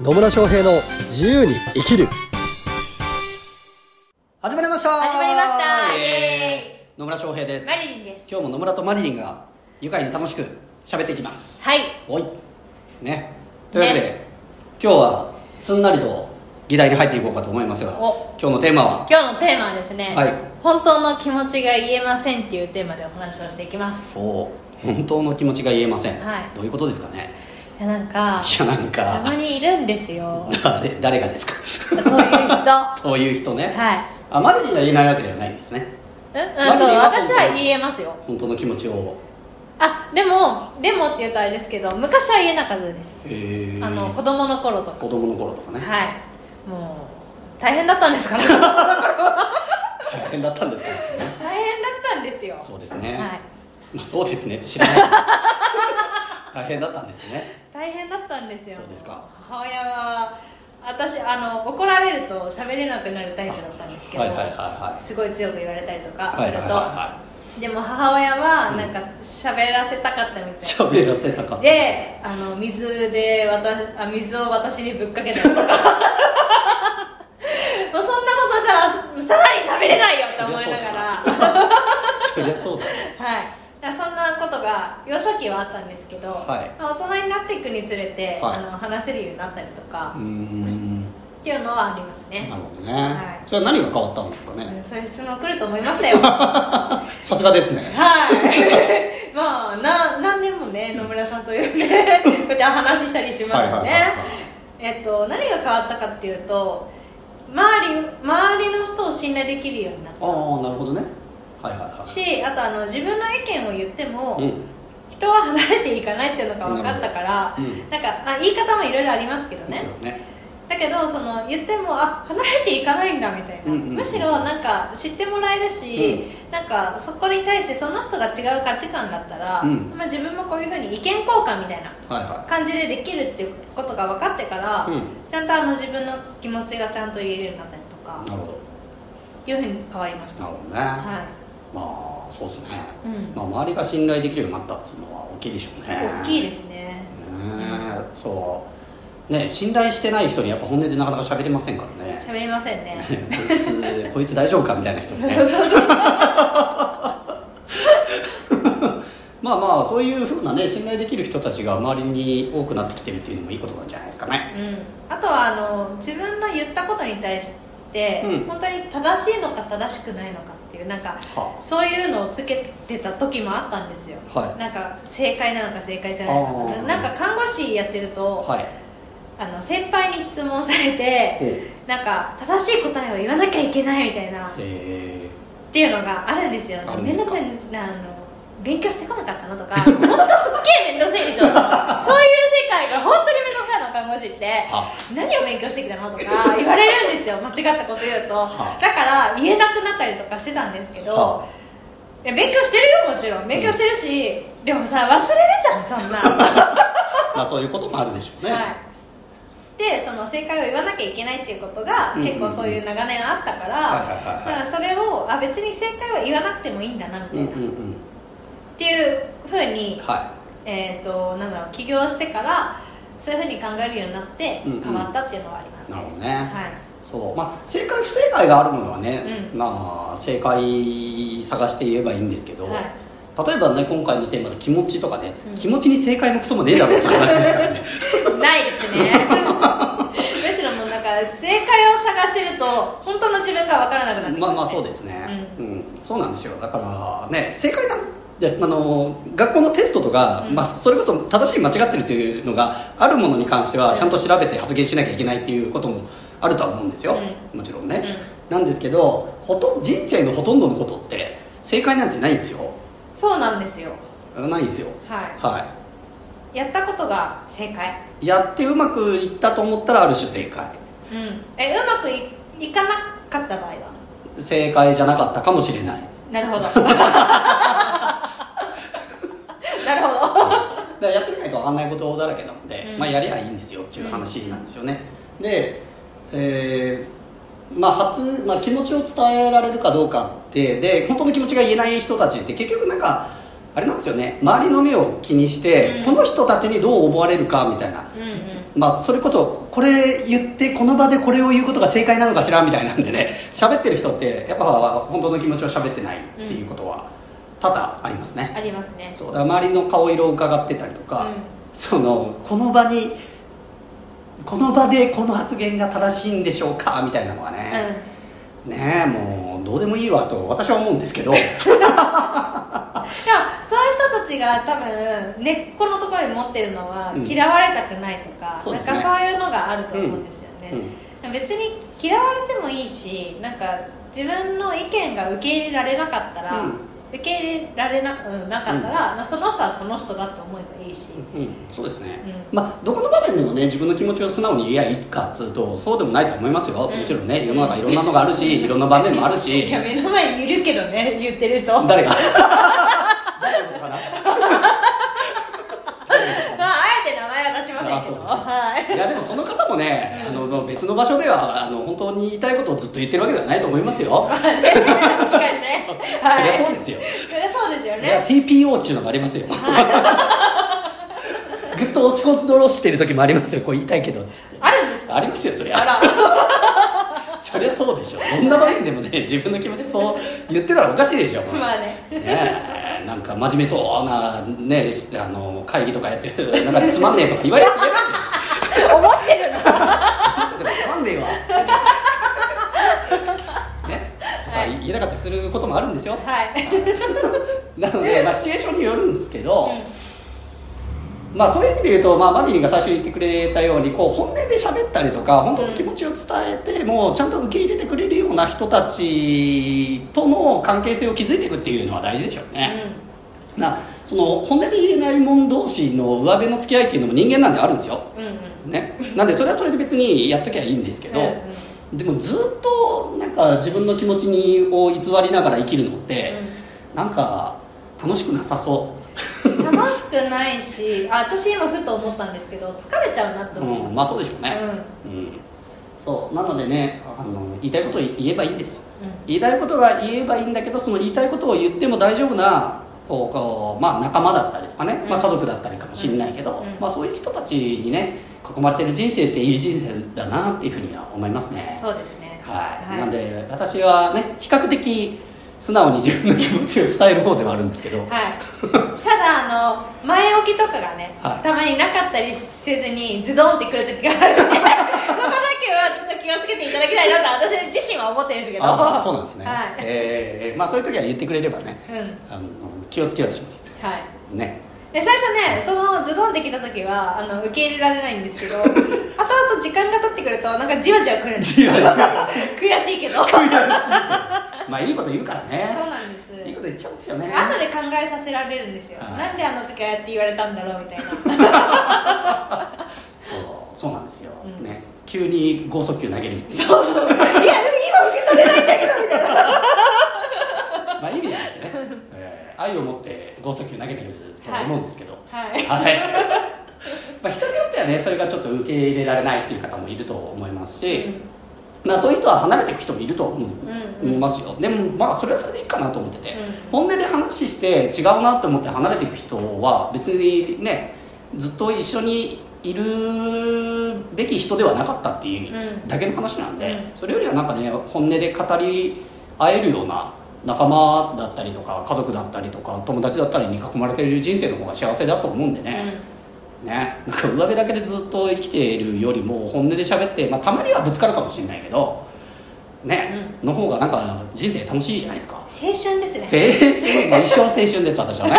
野村翔平の自由に生きる始まりました始まりましたイエーイイエ野村翔平ですマリリンです今日も野村とマリリンが愉快に楽しく喋っていきますはいおいねというわけで、今日はすんなりと議題に入っていこうかと思いますがお今日のテーマは今日のテーマはですね、はい本当の気持ちが言えませんっていうテーマでお話をしていきますお本当の気持ちが言えません、はいどういうことですかねいやなんかいやなんたまかにいるんですよ誰誰がですかそういう 人はそういう人ね、いあマリリンが言えないわけではないんですねうん、うん、マリリンそうは私は言えますよ本当の気持ちをあでもでもって言うとあれですけど昔は言えなかったですえーあの子供の頃とか子供の頃とかね、はいもう大変だった んですから大変だ大変だったんですけどったんですよそうですね、はいまあ、そうですねって知らない 大変だったんですね大変だったんですよそうですか母親は私あの怒られると喋れなくなるタイプだったんですけど、はいはいはいはいすごい強く言われたりとかすはいるはいと、はいはでも母親はなんか喋らせたかっいたみたい喋らせたかったであの水で私あ水を私にぶっかけた もうそんなことしたらさらに喋れないよって思いながらそそりゃそうだ ねはい、だからそんなことが幼少期はあったんですけど、はいまあ、大人になっていくにつれて、はいあの話せるようになったりとか、うーんなっていうのはありますねるほどね、はいそれは何が変わったんですかうねんそういう質問来ると思いましたよはさすがですねい まあな何年もね野村さんというねこうやって話したりしますよはいはいはねいはいえっと何が変わったかっていうと周り周りの人を信頼できるようになっああなるほどねはいはいはたしあとあの自分の意見を言っても、いうん人は離れていかないっていうのが分かったからなな,、るほどうんん、かあ言い方もいろいろありますけどもねちろんねだけどその言ってもあ離れていかないんだみたいうな、んうんうんむしろなんか知ってもらえるし、なんかそこに対してその人が違う価値観だったら、うんまあ、自分もこういうふうに意見交換みたいなはいは感じでできるっていうことが分かってから、うんちゃんとあの自分の気持ちがちゃんと言えるようになったりとかいなるほいうふうに変わりましどなたるはほどね、まあそうですね、うんまあ、周りが信頼できるようになったっていうのは大きいでしょうねい大きいですねねえそうね信頼してない人にやっぱ本音でなかなか喋れませんからね喋りませんね こいつこいつ大丈夫かみたいな人もね まあまあそういうふうなね信頼できる人たちが周りに多くなってきてるっていうのもいいことなんじゃないですかねうん、あとはあの自分の言ったことに対して、うん本当に正しいのか正しくないのかっていうなんか、はあそういうのをつけてた時もあったんですよ、はいなんか正解なのか正解じゃないのあかーななんか看護師やってると、はいあの先輩に質問されてなんか正しい答えを言わなきゃいけないみたいなっえていうのがあるんですよあるんめでんすどかくさいなあの勉強してこなかったなとか本当すっげえ面倒くさいんですよそうそういう 世界が本当に面倒くさいの看護師ってー、あ何を勉強してきたのとか言われる んですよ間違ったこと言うとはあだから言えなくなったりとかしてたんですけど、はいや勉強してるよもちろん勉強してるし、でもさ忘れるじゃんそんな、は まあそういうこともあるでしょういね、、でその正解を言わなきゃいけないっていうことがうんうんうん結構そういう長年あったからはいはいはいはいだからそれをあ別に正解は言わなくてもいいんだなみたういんな、うっんうんていうふうに、はえー、となんだろう起業してからそういうふうに考えるようになってうんうん変わったっていうのはありますいね、なるほどね、はいそうまあ、正解不正解があるものはね、うんまあ、正解探して言えばいいんですけど、は例えばね今回のテーマで気持ちとかね、うん気持ちに正解もクソもねえだろうって話ですから ねないですねむしろもうなんか正解を探してると本当の自分が分からなくなってきまあすねまあそうですね、うんそうなんですよだからね正解だであの学校のテストとか、うんまあ、それこそ正しい間違ってるっていうのがあるものに関してはちゃんと調べて発言しなきゃいけないっていうこともあるとは思うんですよ、もちろんね、なんですけどほとん人生のほとんどのことって正解なんてないんですよそうなんですよないんですよははいやったことが正解いやってうまくいったと思ったらある種正解うんえうまくいいかなかった場合は正解じゃなかったかもしれないなるほど なるほどだからやってみないと分かんないことだらけなので、うんまあ、やりゃいいんですよっていう話なんですよね、で、えーまあ初まあ、気持ちを伝えられるかどうかってで本当の気持ちが言えない人たちって結局なんかあれなんですよね周りの目を気にして、うんこの人たちにどう思われるかみたいなうんうんまあ、それこそこれ言ってこの場でこれを言うことが正解なのかしらみたいなんでね 喋ってる人ってやっぱ本当の気持ちを喋ってないっていうことは多々ありますね、ありますねそうだから周りの顔色を伺ってたりとか、うんそのこの場にこの場でこの発言が正しいんでしょうかみたいなのはうね、んねえもうどうでもいいわと私は思うんですけどでもそういう人たちが多分根っこのところに持ってるのは、うん嫌われたくないとか、そうなでんすねかそういうのがあると思うんですよね、うん別に嫌われてもいいしなんか自分の意見が受け入れられなかったら、うん受け入れられな,、うん、なかったら、まあ、その人はその人だと思えばいいし、うんそうですね、うまあどこの場面でもね自分の気持ちを素直に言えばいいかっつうとそうでもないと思いますよ、うんもちろんね世の中いろんなのがあるしいろんな場面もあるしいや目の前にいるけどね 言ってる人まあ誰 が誰のことかなあえて名前は出しませんけどあそうですはいいやでもその方もね、うんあの別の場所ではあの本当に言いたいことをずっと言ってるわけではないと思いますよ。 確かにねそりゃそうですよ。そりゃそうですよそりゃね TPO っていうのがありますよ。 ぐっと押し込んどろしてる時もありますよ。こう言いたいけどっつって。あるんですかありますよそりあゃ。ら そりゃそうでしょ。どんな場面でもね自分の気持ちそう言ってたらおかしいでしょ。もうまあねねえなんか真面目そうなねしあの会議とかやってるなんかつまんねえとか言われる。言われる思ってるのでもつまんねえ わねとか言えなかったりすることもあるんですよはいなので、まあ、シチュエーションによるんですけど、うんまあ、そういう意味で言うと、まあ、マリリンが最初に言ってくれたようにこう本音で喋ったりとか本当の気持ちを伝えてもうちゃんと受け入れてくれるような人たちとの関係性を築いていくっていうのは大事でしょうね、なその本音で言えない者同士の上辺の付き合いっていうのも人間なんであるんですよ、うんうんうんね、なんでそれはそれで別にやっときゃいいんですけど、うんでもずっとなんか自分の気持ちにを偽りながら生きるのって、なんか楽しくなさそ楽しくないしあ私今ふと思ったんですけど疲れちゃうなってう、思った、うん、まあそうでしょうね、うんそうなのでねあの言いたいことを言えばいいんですようん言いたいことが言えばいいんだけどその言いたいことを言っても大丈夫なこうこう、まあ、仲間だったりとかね、まあ、うん家族だったりかもしれないけど、うんまあ、そういう人たちにね囲まれてる人生っていい人生だなっていうふうには思いますねそうですねはい、はいなんで私はね比較的素直に自分の気持ちを伝える方ではあるんですけど、はい、ただあの前置きとかがね、はいたまになかったりせずにズドンってくる 時があるのでそこだけはちょっと気をつけていただきたいなと私自身は思ってるんですけどあそうなんですね、はい、えーまあそういう時は言ってくれればねうんあの気をつけはしますはい ねで最初ねそのズドンってきた時はあの受け入れられないんです けど後々時間が経ってくるとなんかじわじわくるんですじわじわ悔し いけどそうまあいいこと言うからねなんですいいこと言っちゃうんですよね後で考えさせられるんですよ、はいなんであの時ああやって言われたんだろうみ たいなそうそうなんですよ、うんね急に剛速球投げるっていうそうそういやでも今受け取れないんだけどみたいなまあいい意味なんでね、えー愛を持って剛速球投げてると思うんですけど、はいはい。まあ人によってはねそれがちょっと受け入れられないっていう方もいると思いますし、まあそういう人は離れていく人もいると思う、うん思いますよ。でもまあそれはそれでいいかなと思ってて、うん本音で話して違うなと思って離れていく人は別にねずっと一緒にいるべき人ではなかったっていううんだけの話なんで、うそれよりはなんかね本音で語り合えるような仲間だったりとか家族だったりとか友達だったりに囲まれている人生の方が幸せだと思うんでね、ね、なんか上辺だけでずっと生きているよりも本音で喋って、まあ、たまにはぶつかるかもしれないけどね、の方がなんか人生楽しいじゃないですか青春ですね青春もう一生青春です私はね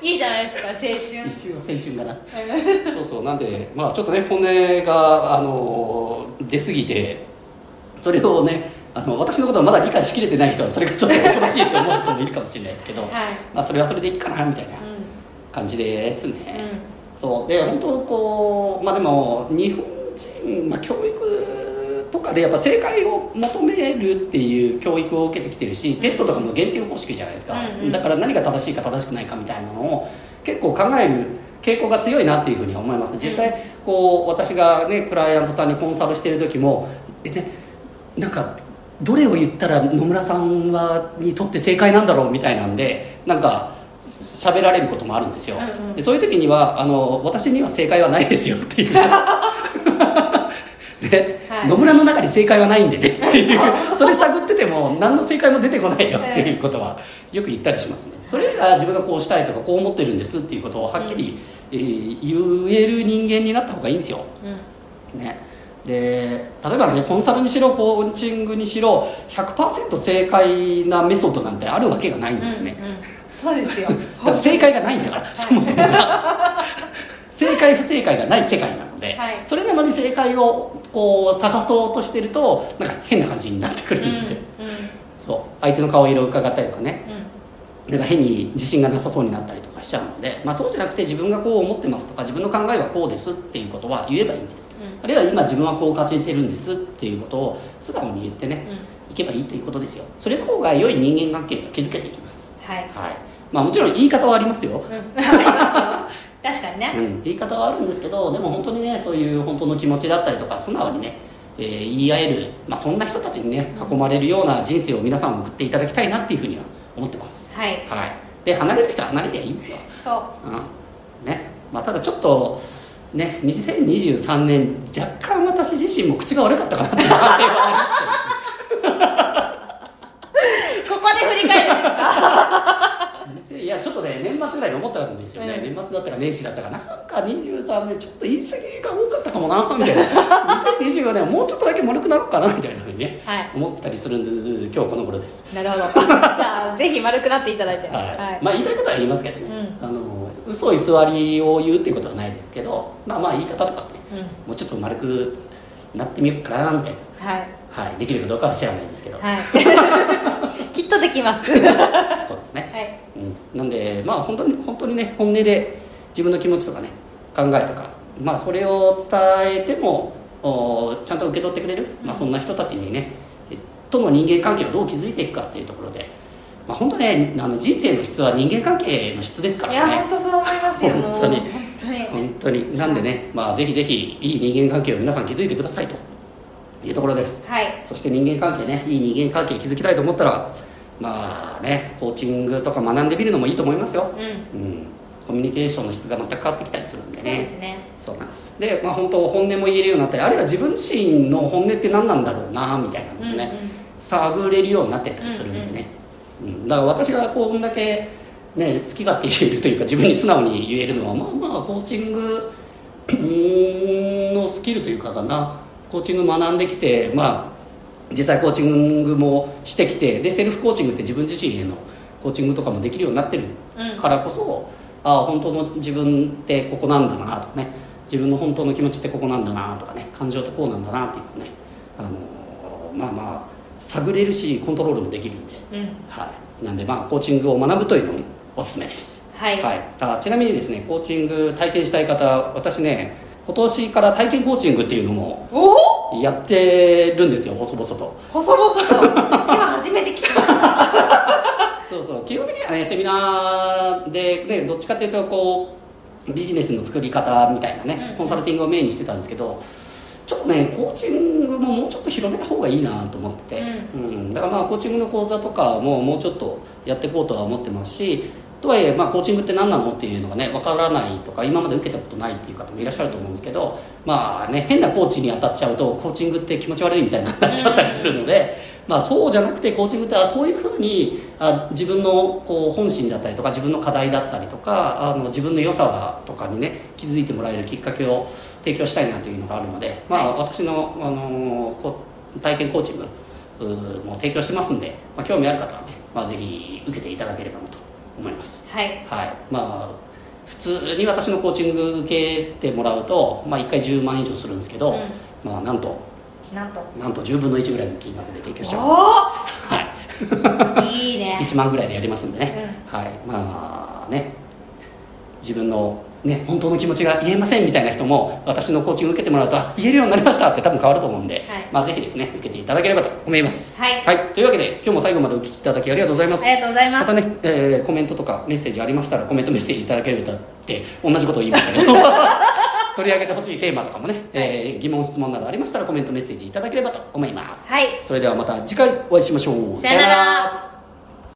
いいじゃないですか青春 一生青春だなそうそうなんでまあちょっとね本音があの出過ぎてそれをねあの私のことをまだ理解しきれてない人はそれがちょっと恐ろしいと思う人もいるかもしれないですけど、まあそれはそれでいいかなみたいなう感じですね、んうんそうで本当こうまあでも日本人、まあ、教育とかでやっぱ正解を求めるっていう教育を受けてきてるしテストとかも減点方式じゃないですか、うんうんだから何が正しいか正しくないかみたいなのを結構考える傾向が強いなっていうふうに思います実際こう私がねクライアントさんにコンサルしてる時もえねなんかどれを言ったら野村さんはにとって正解なんだろうみたいなんでなんか喋られることもあるんですよ、うんうんでそういう時にはあの私には正解はないですよっていうね、はい野村の中に正解はないんでねっていう それ探ってても何の正解も出てこないよっていうことはよく言ったりしますねそれよりは自分がこうしたいとかこう思ってるんですっていうことをはっきり、えー言える人間になった方がいいんですようんね、で例えばねコンサルにしろコーチングにしろ100%正解なメソッドなんてあるわけがないんですね、うんうんそ うですよだから正解がないんだから、そもそもが正解不正解がない世界なので、はいそれなのに正解をこう探そうとしてるとなんか変な感じになってくるんですよ、うんうんそう相手の顔色を伺ったりとかねうんなんか変に自信がなさそうになったりとかしちゃうので、まあ、そうじゃなくて自分がこう思ってますとか自分の考えはこうですっていうことは言えばいいんです、うあるいは今自分はこう感じてるんですっていうことを素直に言ってね、ういけばいいということですよそれの方が良い人間関係が築けていきますはい、はいまあもちろん言い方はありますよ、うん、 わかりますよ確かにね、うん、言い方はあるんですけどでも本当にねそういう本当の気持ちだったりとか素直にね、えー言い合える、まあ、そんな人たちにね囲まれるような人生を皆さん送っていただきたいなっていうふうには思ってますはいはいで離れる人は離れりゃいいんですよ、そうんねまあ、ただちょっとね2023年若干私自身も口が悪かったかなっていう反省はありますけどうここで振り返るんですかいやちょっとね 年末ぐらいに思ったんですよね、う年末だったか年始だったかなんか23年ちょっと言い過ぎが多かったかもなみたいな 2024年はもうちょっとだけ丸くなろうかなみたいなふうにね、はい思ってたりするんで今日この頃です、なるほどじゃあぜひ丸くなっていただいてはいはいまあ言いたいことは言いますけどね、あの嘘偽りを言うっていうことはないですけどまあまあ言い方とかね、うんもうちょっと丸くなってみようかなみたいな、はいはい、できるかどうかは知らないですけど、はい きっとできますはそうですね、いうん、なんでまあ本当に本当にね本音で自分の気持ちとかね考えとかまあそれを伝えてもおちゃんと受け取ってくれる、まあ、そんな人たちにねえとの人間関係をどう築いていくかっていうところで、まあ、本当ねあの人生の質は人間関係の質ですかいやら本ね当そう思いますよもう本当に本当に本当になんでね、まあ、ぜひぜひいい人間関係を皆さん築いてくださいというところですはいそして人間関係ねいい人間関係築きたいと思ったらまあねコーチングとか学んでみるのもいいと思いますようんうん、コミュニケーションの質が全く変わってきたりするんでそうねですねそうなんですで、まあ、本当本音も言えるようになったりあるいは自分自身の本音って何なんだろうなみたいなのもね、うんうん探れるようになってったりするんでね、うんだから私がこんだけ、ね、好き勝手言えるというか自分に素直に言えるのはまあまあコーチングうんのスキルというかかなコーチング学んできてまあ実際コーチングもしてきてでセルフコーチングって自分自身へのコーチングとかもできるようになってるうんからこそ、ああ本当の自分ってここなんだなとかね自分の本当の気持ちってここなんだなとかね感情ってこうなんだなっていうのね、あのーまあまあ探れるしコントロールもできるんで、うんはい、なんでまあコーチングを学ぶというのもおすすめです、はいあちなみにですねコーチング体験したい方私ね今年から体験コーチングっていうのもおおやってるんですよ細々と細々と 今初めて聞きましたそうそう基本的にはねセミナーで、ね、どっちかっていうとこうビジネスの作り方みたいなね、うんコンサルティングをメインにしてたんですけどちょっとねコーチングももうちょっと広めた方がいいなと思ってて、うんだからまあコーチングの講座とかももうちょっとやっていこうとは思ってますしとはいえ、まあ、コーチングって何なのっていうのがね分からないとか今まで受けたことないっていう方もいらっしゃると思うんですけどまあね変なコーチに当たっちゃうとコーチングって気持ち悪いみたいになっちゃったりするので、まあ、そうじゃなくてコーチングってあこういうふうにあ自分のこう本心だったりとか自分の課題だったりとかあの自分の良さとかにね気づいてもらえるきっかけを提供したいなというのがあるので、まあ、私の、あのこう体験コーチングうーもう提供してますんで、まあ、興味ある方はね、まあ、ぜひ受けていただければなと思います。はいはい、まあ普通に私のコーチング受けてもらうと、まあ、1回10万以上するんですけど、うんまあ、なんとなんとなんと10分の1ぐらいの金額で提供しちゃいますおはいおいいね1万ぐらいでやりますんでね、はいまあね自分のね本当の気持ちが言えませんみたいな人も私のコーチング受けてもらうとあ言えるようになりましたって多分変わると思うんで、まあぜひですね受けていただければと思いますはいというわけで今日も最後までお聞きいただきありがとうございますありがとうございまますたね、えーコメントとかメッセージありましたらコメントメッセージいただければって同じことを言いま したけど取り上げてほしいテーマとかもね、えー疑問質問などありましたらコメントメッセージいただければと思いますはいそれではまた次回お会いしましょうさよなら